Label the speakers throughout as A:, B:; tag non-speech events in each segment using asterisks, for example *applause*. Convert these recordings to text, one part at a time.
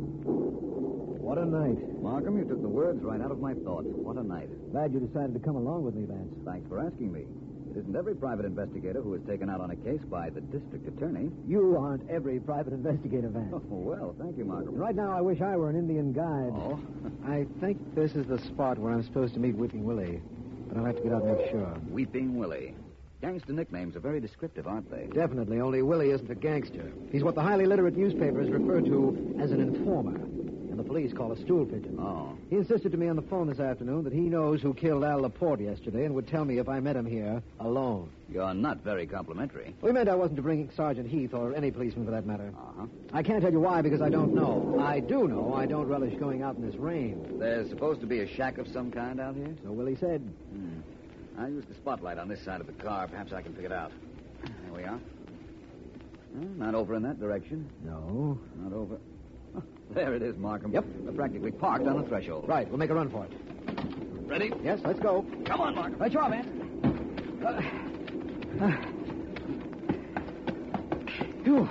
A: What a night.
B: Markham, you took the words right out of my thoughts. What a night.
A: Glad you decided to come along with me, Vance.
B: Thanks for asking me. It isn't every private investigator who is taken out on a case by the district attorney. *laughs*
A: You aren't every private investigator, Vance.
B: Oh, well, thank you, Markham.
A: Right now, I wish I were an Indian guide.
B: Oh. *laughs*
A: I think this is the spot where I'm supposed to meet Weeping Willie, but I'll have to get out and make sure.
B: Weeping Willie. Gangster nicknames are very descriptive, aren't they?
A: Definitely, only Willie isn't a gangster. He's what the highly literate newspapers refer to as an informer, and the police call a stool pigeon.
B: Oh.
A: He insisted to me on the phone this afternoon that he knows who killed Al Laporte yesterday and would tell me if I met him here alone.
B: You're not very complimentary.
A: We meant I wasn't to bring Sergeant Heath or any policeman for that matter.
B: Uh-huh.
A: I can't tell you why because I don't know. I do know I don't relish going out in this rain.
B: There's supposed to be a shack of some kind out here?
A: So Willie said,
B: I'll use the spotlight on this side of the car. Perhaps I can pick it out. There we are. Well, not over in that direction.
A: No.
B: Not over. *laughs* Oh, there it is, Markham.
A: Yep.
B: We're practically parked on the threshold.
A: Right, we'll make a run for it.
B: Ready?
A: Yes, let's go.
B: Come on, Markham.
A: Right you are, man. Phew.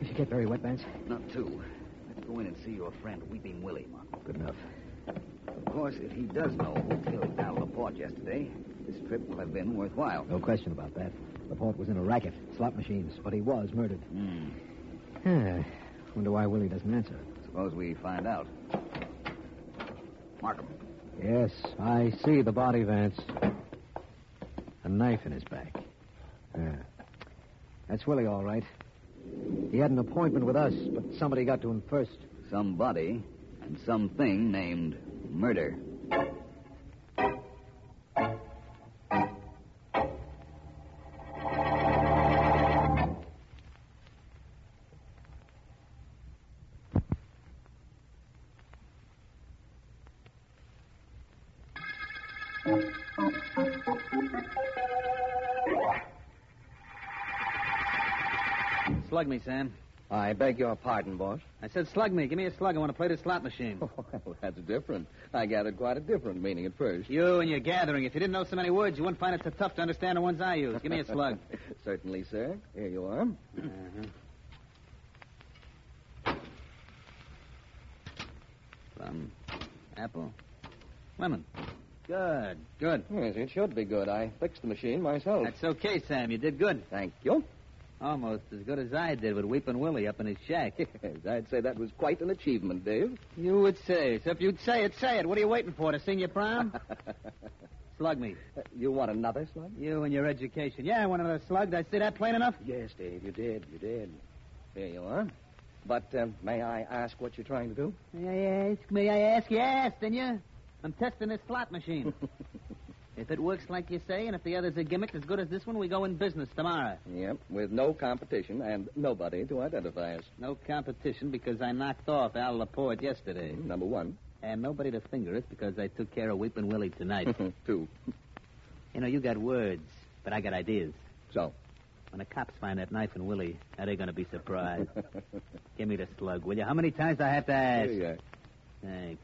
A: Did you get very wet, Vance?
B: Not two. Let's go in and see your friend, Weeping Willie, Markham.
A: Good enough.
B: Of course, if he does know who killed Al Laporte yesterday, this trip will have been worthwhile.
A: No question about that. Laporte was in a racket, slot machines, but he was murdered.
B: Hmm.
A: Huh. Wonder why Willie doesn't answer.
B: Suppose we find out. Markham.
A: Yes, I see the body, Vance. A knife in his back. Yeah. That's Willie, all right. He had an appointment with us, but somebody got to him first.
B: Somebody and something named murder.
C: Slug me, Sam.
D: I beg your pardon, boss. Oh,
C: I said slug me. Give me a slug. I want to play the slot
D: *laughs*
C: machine.
D: Well, that's different. I gathered quite a different meaning at first.
C: You and your gathering. If you didn't know so many words, you wouldn't find it so tough to understand the ones I use. Give me a slug.
D: *laughs*
C: Uh-huh.
D: Certainly, sir. Here you are.
C: Plum. Apple. Lemon. Good. Good.
D: Yes, it should be good. I fixed the machine myself.
C: That's okay, Sam. You did good.
D: Thank you.
C: Almost as good as I did with Weeping Willie up in his shack.
D: *laughs*
C: *laughs*
D: Yes, I'd say that was quite an achievement, Dave.
C: you would say. So if you'd say it, say it. What are you waiting for? To sing your prom? *laughs* slug me.
D: Uh, You want another slug?
C: You and your education. Yeah, I want another slug. Did I say that plain enough?
D: Yes, Dave, you did. You did. Here you are. But um, may I ask what you're trying to do?
C: May I ask? May I ask? Yes, didn't you? I'm testing this slot *laughs* machine. if it works like you say, and if the other's a gimmick as good as this one, we go in business tomorrow.
D: Yep, with no competition and nobody to identify us.
C: No competition because I knocked off Al Laporte yesterday.
D: Number one,
C: And nobody to finger us because I took care of Weeping Willie tonight.
D: *laughs* two.
C: you know, you got words, but I got ideas.
D: So,
C: When the cops find that knife in Willie, now they're going to be
D: *laughs*
C: surprised.
B: uh,
C: Give me the slug, will you? How many times do I have to ask?
D: here you are.
C: Thanks.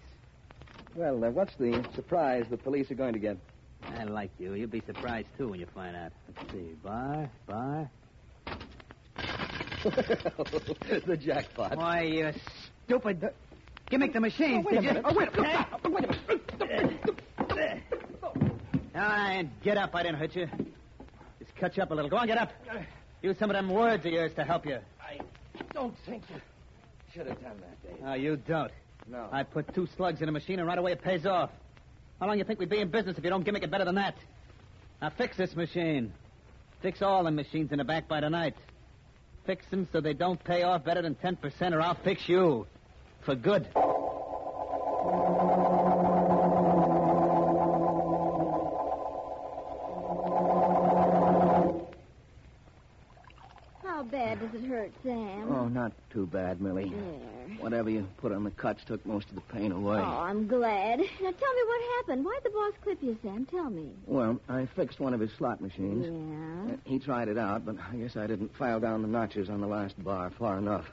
E: Well, uh, what's the
B: *laughs*
E: surprise the police are going to get?
F: I like you. You'll be surprised, too, when you find out. Let's see. Bar, bar.
E: the jackpot.
F: Why, you stupid. uh, Gimmick the machine.
E: wait a
F: did you?
E: minute. Oh, wait a
F: Okay. Uh, All right, uh, get up. I didn't hurt you. Just cut you up a little. Go on, get up. Use some of them words of yours to help you.
E: I don't think you should have done that, Dave.
F: No, you don't.
E: No.
F: I put two slugs in a machine and right away it pays off. How long you think we'd be in business if you don't gimmick it better than that? Now fix this machine. Fix all the machines in the back by tonight. Fix them so they don't pay off better than 10% or I'll fix you. For good.
D: How bad does it hurt, Sam?
B: Oh, not too bad, Millie.
E: Mm.
D: There.
B: Whatever you put on the cuts took most of the pain away.
D: Oh, I'm glad. Now tell me what happened. Why'd the boss clip you, Sam? Tell me.
B: Well, I fixed one of his slot machines.
D: Yeah.
B: He tried it out, but I guess I didn't file down the notches on the last bar far enough.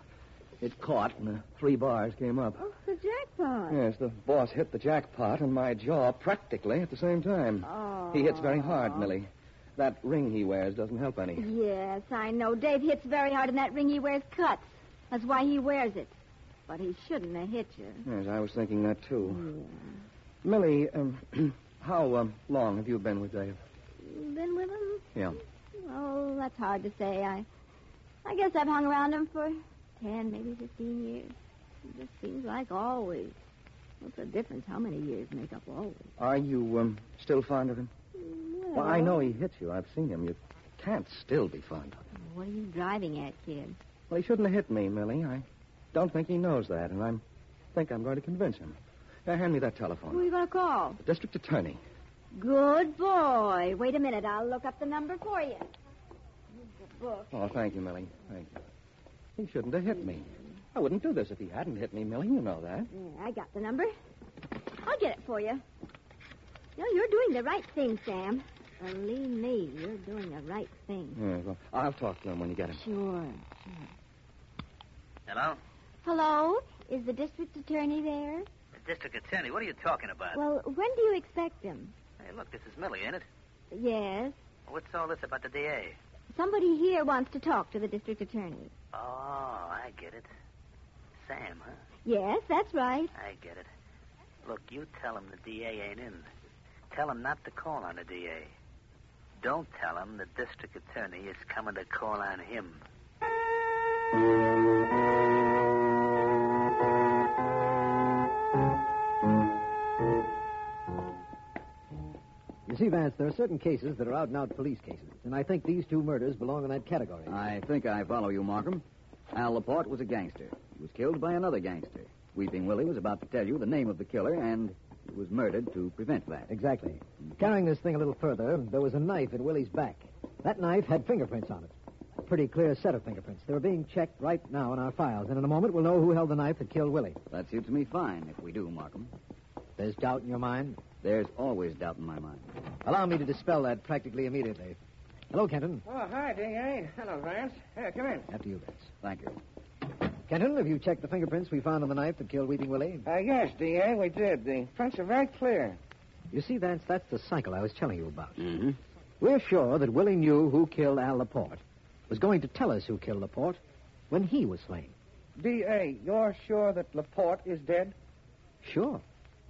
B: It caught, and the three bars came up.
D: Oh, the jackpot.
B: Yes, the boss hit the jackpot and my jaw practically at the same time.
D: Oh.
B: He hits very hard, Millie. That ring he wears doesn't help any.
D: Yes, I know. Dave hits very hard, and that ring he wears cuts. That's why he wears it. But he shouldn't have hit you.
B: Yes, I was thinking that too. Millie, um, *clears throat* how um, long have you been with Dave?
D: Been with him?
B: Yeah.
D: Oh, that's hard to say. I, I guess I've hung around him for ten, maybe fifteen years. It just seems like always. What's the difference? How many years make up always?
B: Are you um, still fond of him? Well,
D: Well,
B: I know he hits you. I've seen him. You can't still be fond of him.
D: What are you driving at, kid?
B: Well, he shouldn't have hit me, Millie. I don't think he knows that, and I am think I'm going to convince him. Now, hand me that
D: Who are
B: telephone.
D: you going to call?
B: The district attorney.
D: Good boy. Wait a minute. I'll look up the number for you. Here's the book.
B: Oh, thank you, Millie. Thank you. He shouldn't have hit me. I wouldn't do this if he hadn't hit me, Millie. You know that.
D: There, I got the number. I'll get it for you. No, you're doing the right thing, Sam. Believe me, you're doing the right thing.
B: Yeah, well, I'll talk to him when you get him.
D: Sure.
F: Hello?
D: Hello? Is the district attorney there?
F: District Attorney, what are you talking about?
D: Well, when do you expect him?
F: Hey, look, this is Millie, ain't it?
D: Yes.
F: What's all this about the DA?
D: Somebody here wants to talk to the district attorney.
F: Oh, I get it. Sam, huh?
D: Yes, that's right.
F: I get it. Look, you tell him the DA ain't in. Tell him not to call on the DA. Don't tell him the district attorney is coming to call on him.
A: You see, Vance, there are certain cases that are out and out police cases, and I think these two murders belong in that category.
B: I think I follow you, Markham. Al Laporte was a gangster. He was killed by another gangster. Weeping Willie was about to tell you the name of the killer, and he was murdered to prevent that.
A: Exactly. Carrying this thing a little further, there was a knife in Willie's back. That knife had fingerprints on it. A pretty clear set of fingerprints. They're being checked right now in our files, and in a moment we'll know who held the knife that killed Willie.
B: That suits me fine if we do, Markham.
A: There's doubt in your mind?
B: There's always doubt in my mind.
A: Allow me to dispel that practically immediately. Hello, Kenton.
E: Oh, hi, D.A. Hello, Vance. Here, come in.
A: After you, Vance.
B: Thank you.
A: Kenton, have you checked the fingerprints we found on the knife that killed Weeping Willie?
E: Uh, yes, D.A., we did. The prints are very clear.
A: You see, Vance, that's the cycle I was telling you about.
B: Mm-hmm.
A: We're sure that Willie knew who killed Al Laporte, was going to tell us who killed Laporte when he was slain.
E: D.A., you're sure that Laporte is dead?
A: Sure.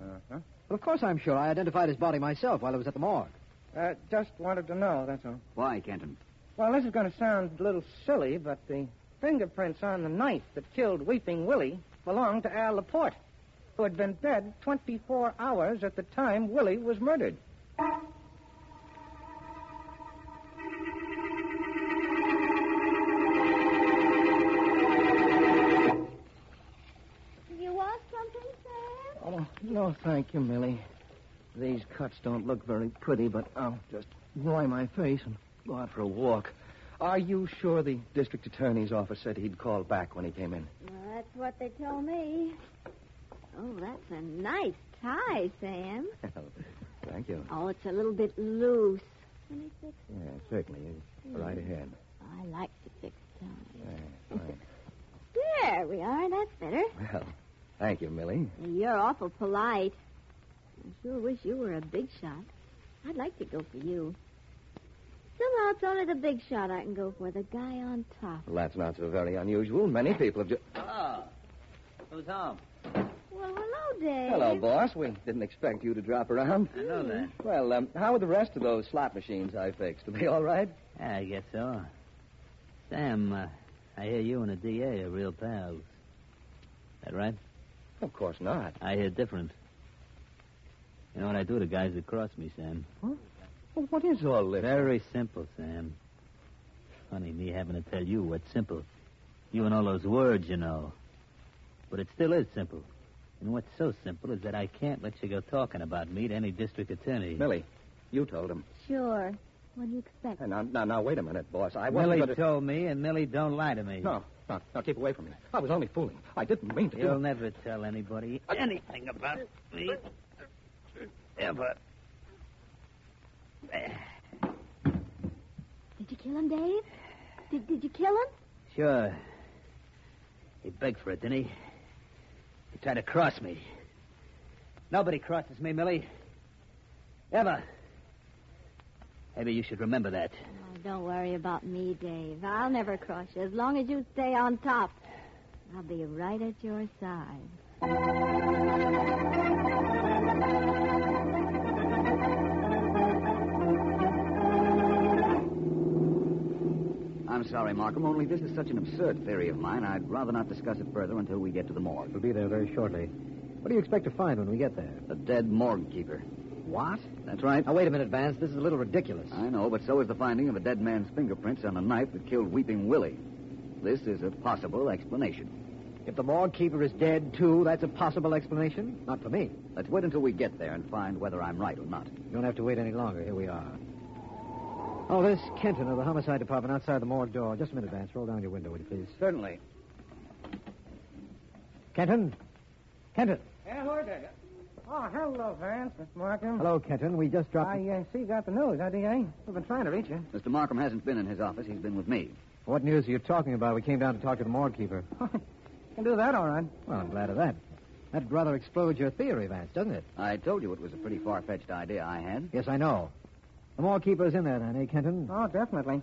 E: Uh-huh.
A: Well, of course I'm sure. I identified his body myself while I was at the morgue.
E: Uh, just wanted to know, that's all.
B: Why, Kenton?
E: Well, this is going to sound a little silly, but the fingerprints on the knife that killed Weeping Willie belonged to Al Laporte, who had been dead 24 hours at the time Willie was murdered.
D: Do you want something, Sam?
B: Oh, no, thank you, Millie. These cuts don't look very pretty, but I'll Oh, just dry my face and go out for a walk. Are you sure the district attorney's office said he'd call back when he came in? *laughs*
D: Well, that's what they told me. Oh, that's a nice tie, Sam.
B: thank you.
D: Oh, it's a little bit loose. Let me fix it.
B: Yeah, certainly. Right ahead.
D: I like to fix ties.
B: Yeah, right.
D: There we are. That's better.
B: Well, thank you, Millie.
D: You're awful polite. I sure wish you were a big shot. I'd like to go for you. Somehow it's only the big shot I can go for, the guy on top.
G: Well, that's not so very unusual. Many people have just.
C: Oh. Who's home?
D: Well, hello, Dave.
G: Hello, boss. We didn't expect you to drop around.
C: I know that.
G: Well, um, how are the rest of those slot machines I fixed? Are they all right?
C: Yeah, I guess so. Sam, uh, I hear you and the DA are real pals. That right?
G: Of course not.
C: I hear different. You know what I do to guys that cross me, Sam?
G: Well, what is all this?
C: Very simple, Sam. Funny me having to tell you what's simple. You and all those words, you know. But it still is simple. And what's so simple is that I can't let you go talking about me to any district
B: Hmm.
C: attorney.
G: Millie, you told him.
D: Sure. What do you expect?
G: Hey, Now, now, now, wait a minute, boss. I wasn't
C: Millie
G: going to.
C: told me, and Millie don't lie to me.
G: No, no, no, keep away from me. I was only fooling. I didn't mean to. do
C: You'll
G: it.
C: never tell anybody anything about me. Ever.
D: Did you kill him, Dave? Did, did you kill him?
C: Sure. He begged for it, didn't he? He tried to cross me. Nobody crosses me, Millie. Ever. Maybe you should remember that.
D: Oh, don't worry about me, Dave. I'll never cross you as long as you stay on top. I'll be right at your side.
B: I'm sorry, Markham, only this is such an absurd theory of mine, I'd rather not discuss it further until we get to the morgue.
A: We'll be there very shortly. What do you expect to find when we get there?
B: A dead morgue keeper. What? That's right.
A: Now, wait a minute, Vance. This is a little ridiculous.
B: I know, but so is the finding of a dead man's fingerprints on a knife that killed Weeping Willie. This is a possible explanation.
A: If the morgue keeper is dead, too, that's a possible explanation. Not for me.
B: Let's wait until we get there and find whether I'm right or not.
A: You don't have to wait any longer. Here we are. Oh, this Kenton of the homicide department outside the morgue door. Just a minute, Vance. Roll down your window, would you please?
G: Certainly.
A: Kenton? Kenton.
E: Yeah, who is it? Oh, hello, Vance, Miss Markham.
A: Hello, Kenton. We just dropped.
E: I uh, see you got the news, huh, D.A.? We've been trying to reach you.
B: Mr. Markham hasn't been in his office. He's been with me.
A: What news are you talking about? We came down to talk to the morgue keeper.
E: Can do that all right.
A: Well, I'm glad of that. That rather explodes your theory, Vance, doesn't it?
B: I told you it was a pretty far-fetched idea I had.
A: Yes, I know. The morgue keeper's in there, then, eh, Kenton?
E: Oh, definitely.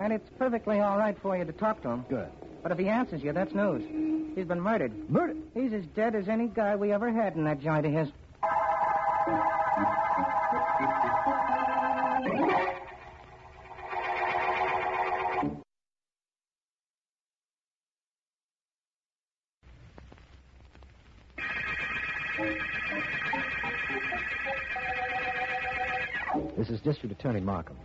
E: And it's perfectly all right for you to talk to him.
A: Good.
E: But if he answers you, that's news. He's been murdered.
A: Murder.
E: He's as dead as any guy we ever had in that joint of his.
A: This is District Attorney Markham.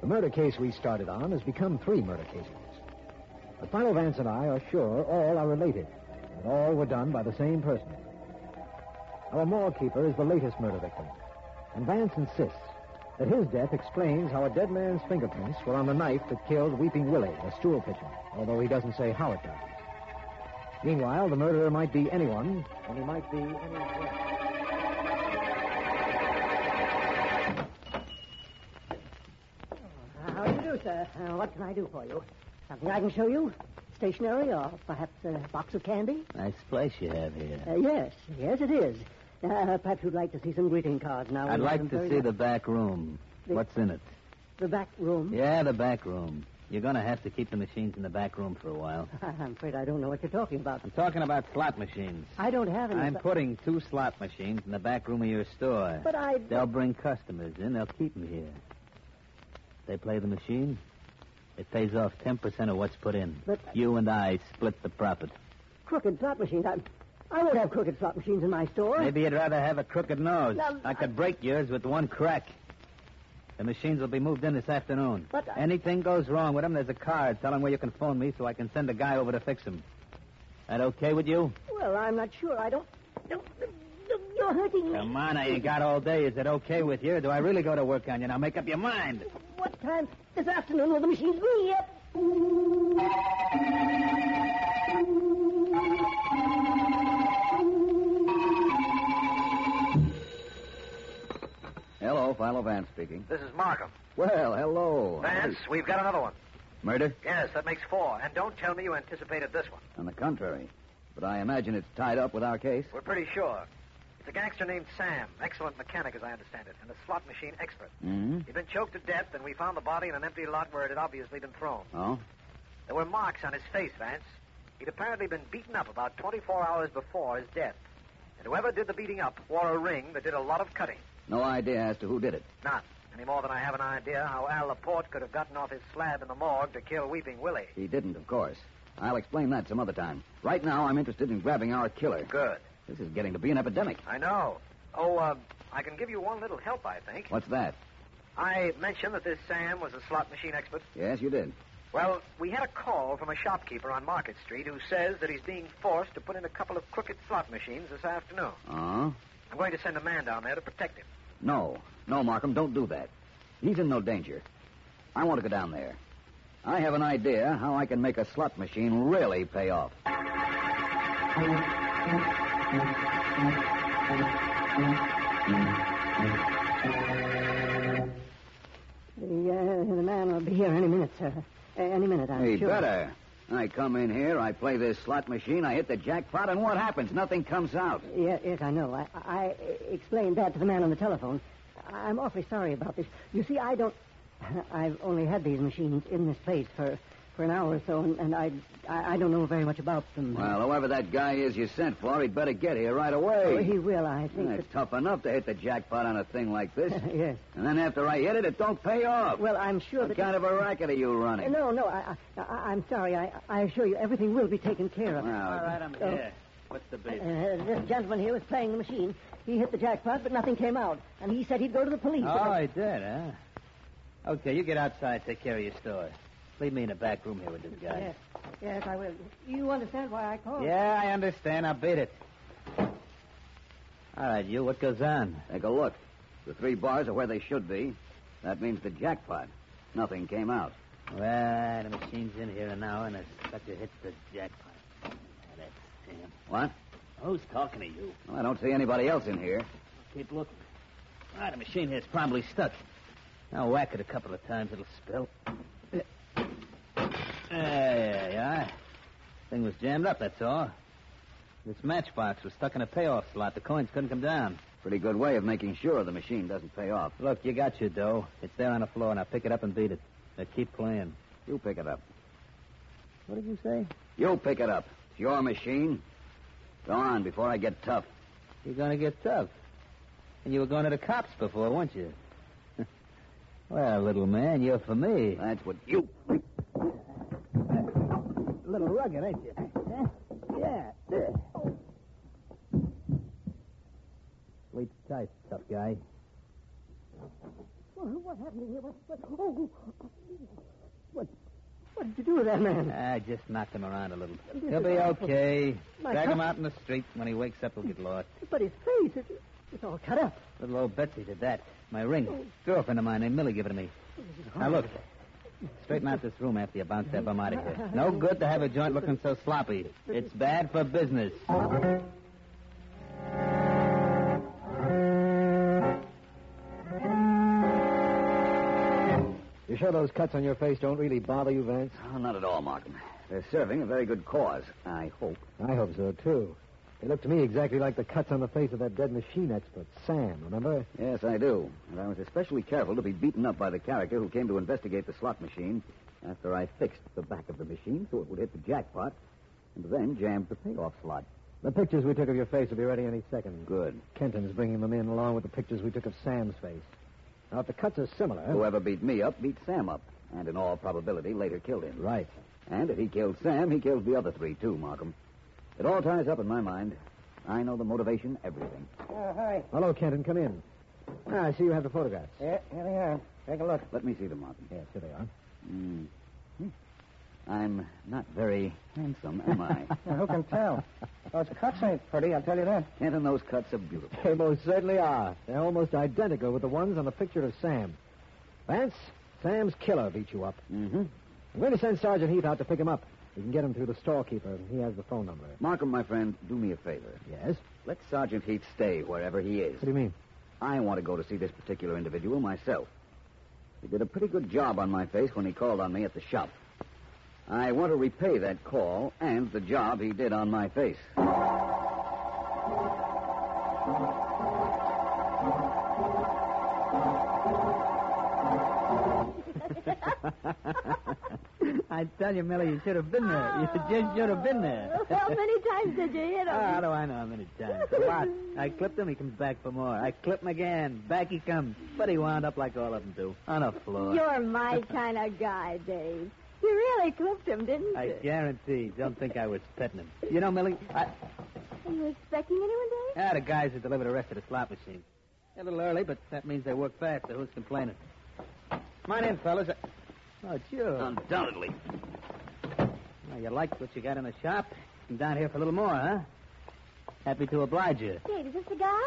A: The murder case we started on has become three murder cases. But Philo Vance and I are sure all are related, and all were done by the same person. Our mall keeper is the latest murder victim, and Vance insists that his death explains how a dead man's fingerprints were on the knife that killed Weeping Willie, a stool pigeon, although he doesn't say how it died. Meanwhile, the murderer might be anyone, and he might be anyone.
H: How do you do, sir? Uh, what can I do for you? Something I can show you? Stationery or perhaps a box of candy?
C: Nice place you have here.
H: Uh, yes, yes, it is. Uh, perhaps you'd like to see some greeting cards now.
C: I'd
H: We
C: like
H: haven't
C: to
H: Oh, very
C: see
H: much-
C: the back room.
H: The-
C: What's in it?
H: the back room.
C: Yeah, the back room. You're going to have to keep the machines in the back room for a while.
H: *laughs* I'm afraid I don't know what you're talking about.
C: I'm talking about slot machines.
H: I don't have any.
C: I'm
H: but-
C: putting two slot machines in the back room of your store.
H: uh, But I.
C: They'll bring customers in. They'll keep them here. They play the machine. It pays off 10% of what's put in.
H: But-
C: You and I split the profit.
H: crooked slot machines. I, I won't have crooked slot machines in my store.
C: Maybe you'd rather have a crooked nose.
H: No,
C: I could break yours with one crack. The machines will be moved in this afternoon.
H: But I-
C: Anything goes wrong with them, there's a card telling where you can phone me so I can send a guy over to fix them. That okay with you?
H: Well, I'm not sure. I don't. don't, don't you're hurting me.
C: Come on, I ain't got all day. Is it okay with you? Do I really go to work on you? Now make up your mind.
H: What time this afternoon will the machines be here?
B: Hello, Philo Vance speaking.
I: This is Markham.
B: Well, hello.
I: Vance, we've got another one.
B: Murder?
I: Yes, that makes four. And don't tell me you anticipated this one.
B: On the contrary. But I imagine it's tied up with our case.
I: We're pretty sure. It's a gangster named Sam, excellent mechanic, as I understand it, and a slot machine expert.
A: Mm-hmm.
B: Hmm?
I: He'd been choked to death, and we found the body in an empty lot where it had obviously been thrown.
B: Oh?
I: There were marks on his face, Vance. He'd apparently been beaten up about 24 hours before his death. And whoever did the beating up wore a ring that did a lot of cutting.
B: No idea as to who did it.
I: Not any more than I have an idea how Al Laporte could have gotten off his slab in the morgue to kill Weeping Willie.
B: He didn't, of course. I'll explain that some other time. Right now, I'm interested in grabbing our killer.
I: Good.
B: This is getting to be an epidemic.
I: I know. Oh, uh, I can give you one little help, I think.
B: What's that?
I: I mentioned that this Sam was a slot machine expert.
B: Yes, you did.
I: Well, we had a call from a shopkeeper on Market Street who says that he's being forced to put in a couple of crooked slot machines this afternoon.
B: Oh?
I: I'm going to send a man down there to protect him.
B: No. No, Markham, don't do that. He's in no danger. I want to go down there. I have an idea how I can make a slot machine really pay off.
H: The, uh, the man will be here any minute, sir. Uh, any minute, I'm
B: Hey,
H: sure.
B: better. I come in here, I play this slot machine, I hit the jackpot, and what happens? Nothing comes out.
H: Yes, yes, I know. I, I explained that to the man on the telephone. I'm awfully sorry about this. You see, I don't. *laughs* I've only had these machines in this place for, for an hour or so, and, and I, I I don't know very much about them.
B: Well, whoever that guy is you sent for, he'd better get here right away.
H: Oh, he will, I think.
B: Yeah,
H: that-
B: it's tough enough to hit the jackpot on a thing like this.
H: *laughs* yes.
B: And then after I hit it, it don't pay off.
H: Well, I'm sure
B: what
H: that.
B: kind of a racket are you running?
H: No, no, I, I, I- I'm sorry. I, I assure you, everything will be taken care of.
B: Well,
C: All right, I'm
H: Oh.
C: here. What's the beef?
H: Uh, this gentleman here was playing the machine. He hit the jackpot, but nothing came out. And he said he'd go to the police.
C: Oh, he did, huh? Okay, you get outside, take care of your story. Leave me in the back room here with this guy.
H: Yes, yes, I will. You understand why I called?
C: Yeah, I understand. I'll beat it. All right, you, what goes on?
B: Take a look. The three bars are where they should be. That means the jackpot. Nothing came out.
C: Well, the machine's in here an hour, and a sucker hits the jackpot. Yeah, That's him.
B: What?
C: Who's talking to you?
B: Well, I don't see anybody else in here.
C: Keep looking. Ah, the machine here's probably stuck. Now whack it a couple of times, it'll spill. Eh, There you are. Thing was jammed up, that's all. This matchbox was stuck in a payoff slot. The coins couldn't come down.
B: Pretty good way of making sure the machine doesn't pay off.
C: Look, you got your dough. It's there on the floor. Now pick it up and beat it. Now keep playing.
B: You pick it up.
C: What did you say?
B: You pick it up. It's your machine. Go on before I get tough.
C: You're going to get tough. And you were going to the cops before, weren't you? *laughs* well, little man, you're for me.
B: That's what you.
C: A little rugged, ain't you? Huh? Yeah. Sleep tight, tough guy.
H: Well, what happened here? What, what, oh, what, what did you do to that man?
C: I just knocked him around a little. He'll be okay.
H: My
C: Drag him
H: God.
C: out in the street. When he wakes up, he'll get lost.
H: But his face, it, it's all cut up. Oh.
C: Little old Betsy did that. My ring. Girlfriend of mine named Millie gave it to me. Now, look. Straighten out this room after you bounce that bum out of here. No good to have a joint looking so sloppy. It's bad for business.
A: You sure those cuts on your face don't really bother you, Vance?
B: Oh, not at all, Markham. They're serving a very good cause, I hope.
A: I hope so, too. They look to me exactly like the cuts on the face of that dead machine expert, Sam, remember?
B: Yes, I do. And I was especially careful to be beaten up by the character who came to investigate the slot machine after I fixed the back of the machine so it would hit the jackpot and then jammed the payoff slot.
A: The pictures we took of your face will be ready any second.
B: Good.
A: Kenton's bringing them in along with the pictures we took of Sam's face. Now, if the cuts are similar.
B: Whoever beat me up beat Sam up, and in all probability later killed him.
A: Right.
B: And if he killed Sam, he killed the other three, too, Markham. It all ties up in my mind. I know the motivation, everything.
E: Uh, hi.
A: Hello, Kenton. Come in. Ah, I see you have the photographs.
E: Yeah, here they are. Take a look.
B: Let me see them, Markham.
A: Yes, here they are.
B: Mm. Hmm. I'm not very handsome, am I? *laughs*
E: Now, who can tell? Those cuts ain't pretty, I'll tell you that.
B: Kenton, those cuts are beautiful.
A: They most certainly are. They're almost identical with the ones on the picture of Sam. Vance, Sam's killer beat you up.
B: Mm-hmm.
A: I'm going to send Sergeant Heath out to pick him up. We can get him through the storekeeper. He has the phone number.
B: Markham, my friend, do me a favor.
A: Yes?
B: Let Sergeant Heath stay wherever he is.
A: What do you mean?
B: I want to go to see this particular individual myself. He did a pretty good job on my face when he called on me at the shop. I want to repay that call and the job he did on my face.
C: *laughs* I tell you, Millie, you should have been there. You just should have been
D: *laughs*
C: there.
D: Oh. How many times did you hit him?
C: Ah, how do I know how many times? A lot. I clipped him, he comes back for more. I clip him again, back he comes. But he wound up like all of them do, on a floor.
D: You're my kind of guy, Dave. You really clipped him, didn't you?
C: I guarantee. Don't think I was petting him. You know, Millie, I,
D: Are you expecting anyone, Dave?
C: ah, the guys that deliver the rest of the slot machine. A little early, but that means they work fast, so who's complaining? Come on in, fellas. Oh, it's you.
B: Undoubtedly.
C: Well, you liked what you got in the shop? Come down here for a little more, huh? Happy to oblige you.
D: Dave, is this the guy?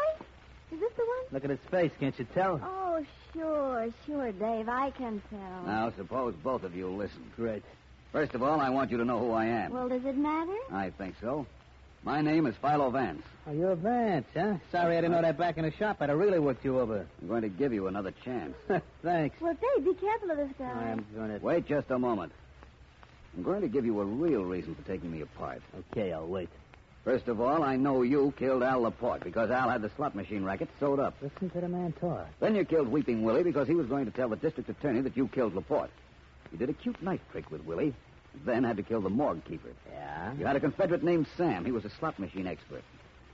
D: Is this the one?
C: Look at his face, can't you tell?
D: Oh, sure, sure, Dave. I can tell.
B: Now, suppose both of you listen.
C: Great.
B: First of all, I want you to know who I am.
D: Well, does it matter?
B: I think so. My name is Philo Vance.
C: Oh, you're Vance, huh? Sorry I didn't know that back in the shop. I'd have really worked you over.
B: I'm going to give you another chance.
A: *laughs*
C: Thanks.
D: Well, Dave, be careful of this guy.
C: I'm going to.
B: Wait just a moment. I'm going to give you a real reason for taking me apart.
C: Okay, I'll wait.
B: First of all, I know you killed Al Laporte because Al had the slot machine racket sewed up.
C: Listen to the man talk.
B: Then you killed Weeping Willie because he was going to tell the district attorney that you killed Laporte. You did a cute knife trick with Willie, then had to kill the morgue keeper.
C: Yeah?
B: You had a Confederate named Sam. He was a slot machine expert.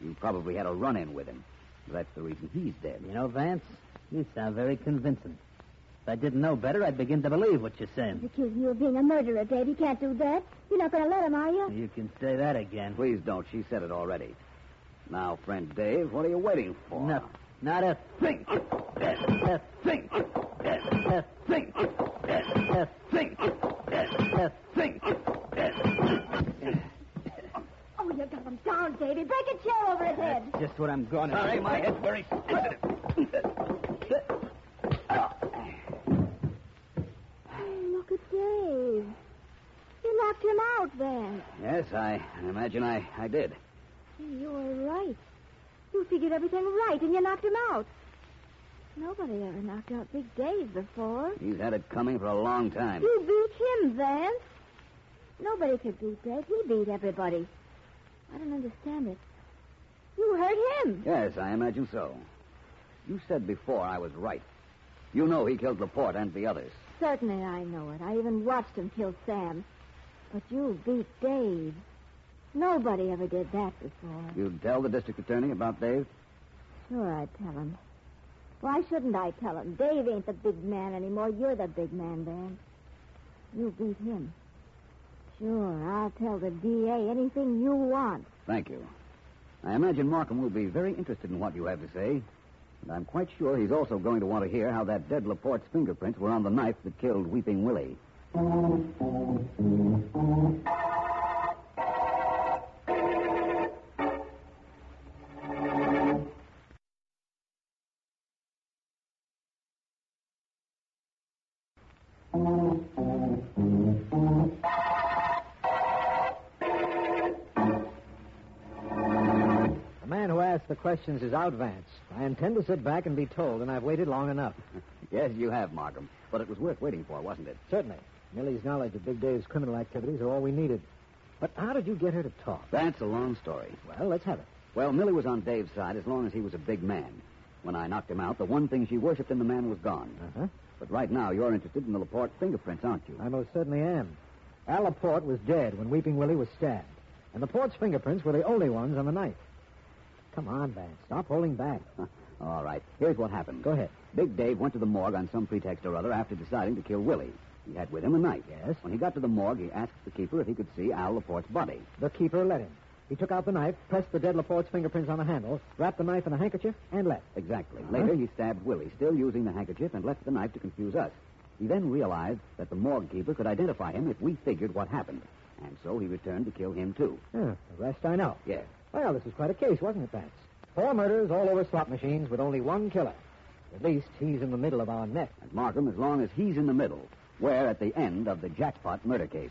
B: You probably had a run in with him. That's the reason he's dead.
C: You know, Vance, you sound very convincing. If I didn't know better, I'd begin to believe what you're
D: He's
C: saying.
D: accusing you of being a murderer, Dave. You can't do that. You're not going to let him, are you?
C: You can say that again.
B: Please don't. She said it already. Now, friend Dave, what are you waiting for?
C: Nothing. Not a thing. A thing. A thing. A thing. A thing.
D: Oh, you got him down, Davy. Break a chair over his head.
C: That's just what I'm going to do.
B: my head's very sensitive.
D: Oh, look at Dave. You knocked him out, Vance.
B: Yes, I I imagine I, I did.
D: Gee, you were right. You figured everything right, and you knocked him out. Nobody ever knocked out Big Dave before.
B: He's had it coming for a long time.
D: You beat him, Vance. Nobody could beat Dave. He beat everybody. I don't understand it. You hurt him.
B: Yes, I imagine so. You said before I was right. You know he killed Laporte and the others.
D: Certainly I know it. I even watched him kill Sam. But you beat Dave. Nobody ever did that before.
B: You'd tell the district attorney about Dave?
D: Sure, I'd tell him. Why shouldn't I tell him? Dave ain't the big man anymore. You're the big man, Dan. You beat him. Sure, I'll tell the DA anything you want.
B: Thank you. I imagine Markham will be very interested in what you have to say. And I'm quite sure he's also going to want to hear how that dead Laporte's fingerprints were on the knife that killed Weeping Willie.
A: The man who asked the questions is out, Vance. I intend to sit back and be told, and I've waited long enough.
B: Yes, you have, Markham. But it was worth waiting for, wasn't it?
A: Certainly. Millie's knowledge of Big Dave's criminal activities are all we needed. But how did you get her to talk?
B: That's a long story.
A: Well, let's have it.
B: Well, Millie was on Dave's side as long as he was a big man. When I knocked him out, the one thing she worshipped in the man was gone.
A: Uh-huh.
B: But right now, you're interested in the Laporte fingerprints, aren't you? *laughs*
A: I most certainly am. Al Laporte was dead when Weeping Willie was stabbed, and Laporte's fingerprints were the only ones on the knife. Come on, Vance. Stop holding back.
B: All right. Here's what happened.
A: Go ahead.
B: Big Dave went to the morgue on some pretext or other after deciding to kill Willie. He had with him a knife.
A: Yes.
B: When he got to the morgue, he asked the keeper if he could see Al Laporte's body.
A: The keeper let him. He took out the knife, pressed the dead Laporte's fingerprints on the handle, wrapped the knife in a handkerchief, and left.
B: Exactly.
A: Uh-huh.
B: Later, he stabbed Willie, still using the handkerchief, and left the knife to confuse us. He then realized that the morgue keeper could identify him if we figured what happened. And so he returned to kill him, too.
A: Huh, the rest I know.
B: Yes.
A: Well, this was quite a case, wasn't it, Vance? Four murders all over slot machines with only one killer. At least he's in the middle of our net.
B: And Markham, as long as he's in the middle, we're at the end of the jackpot murder case.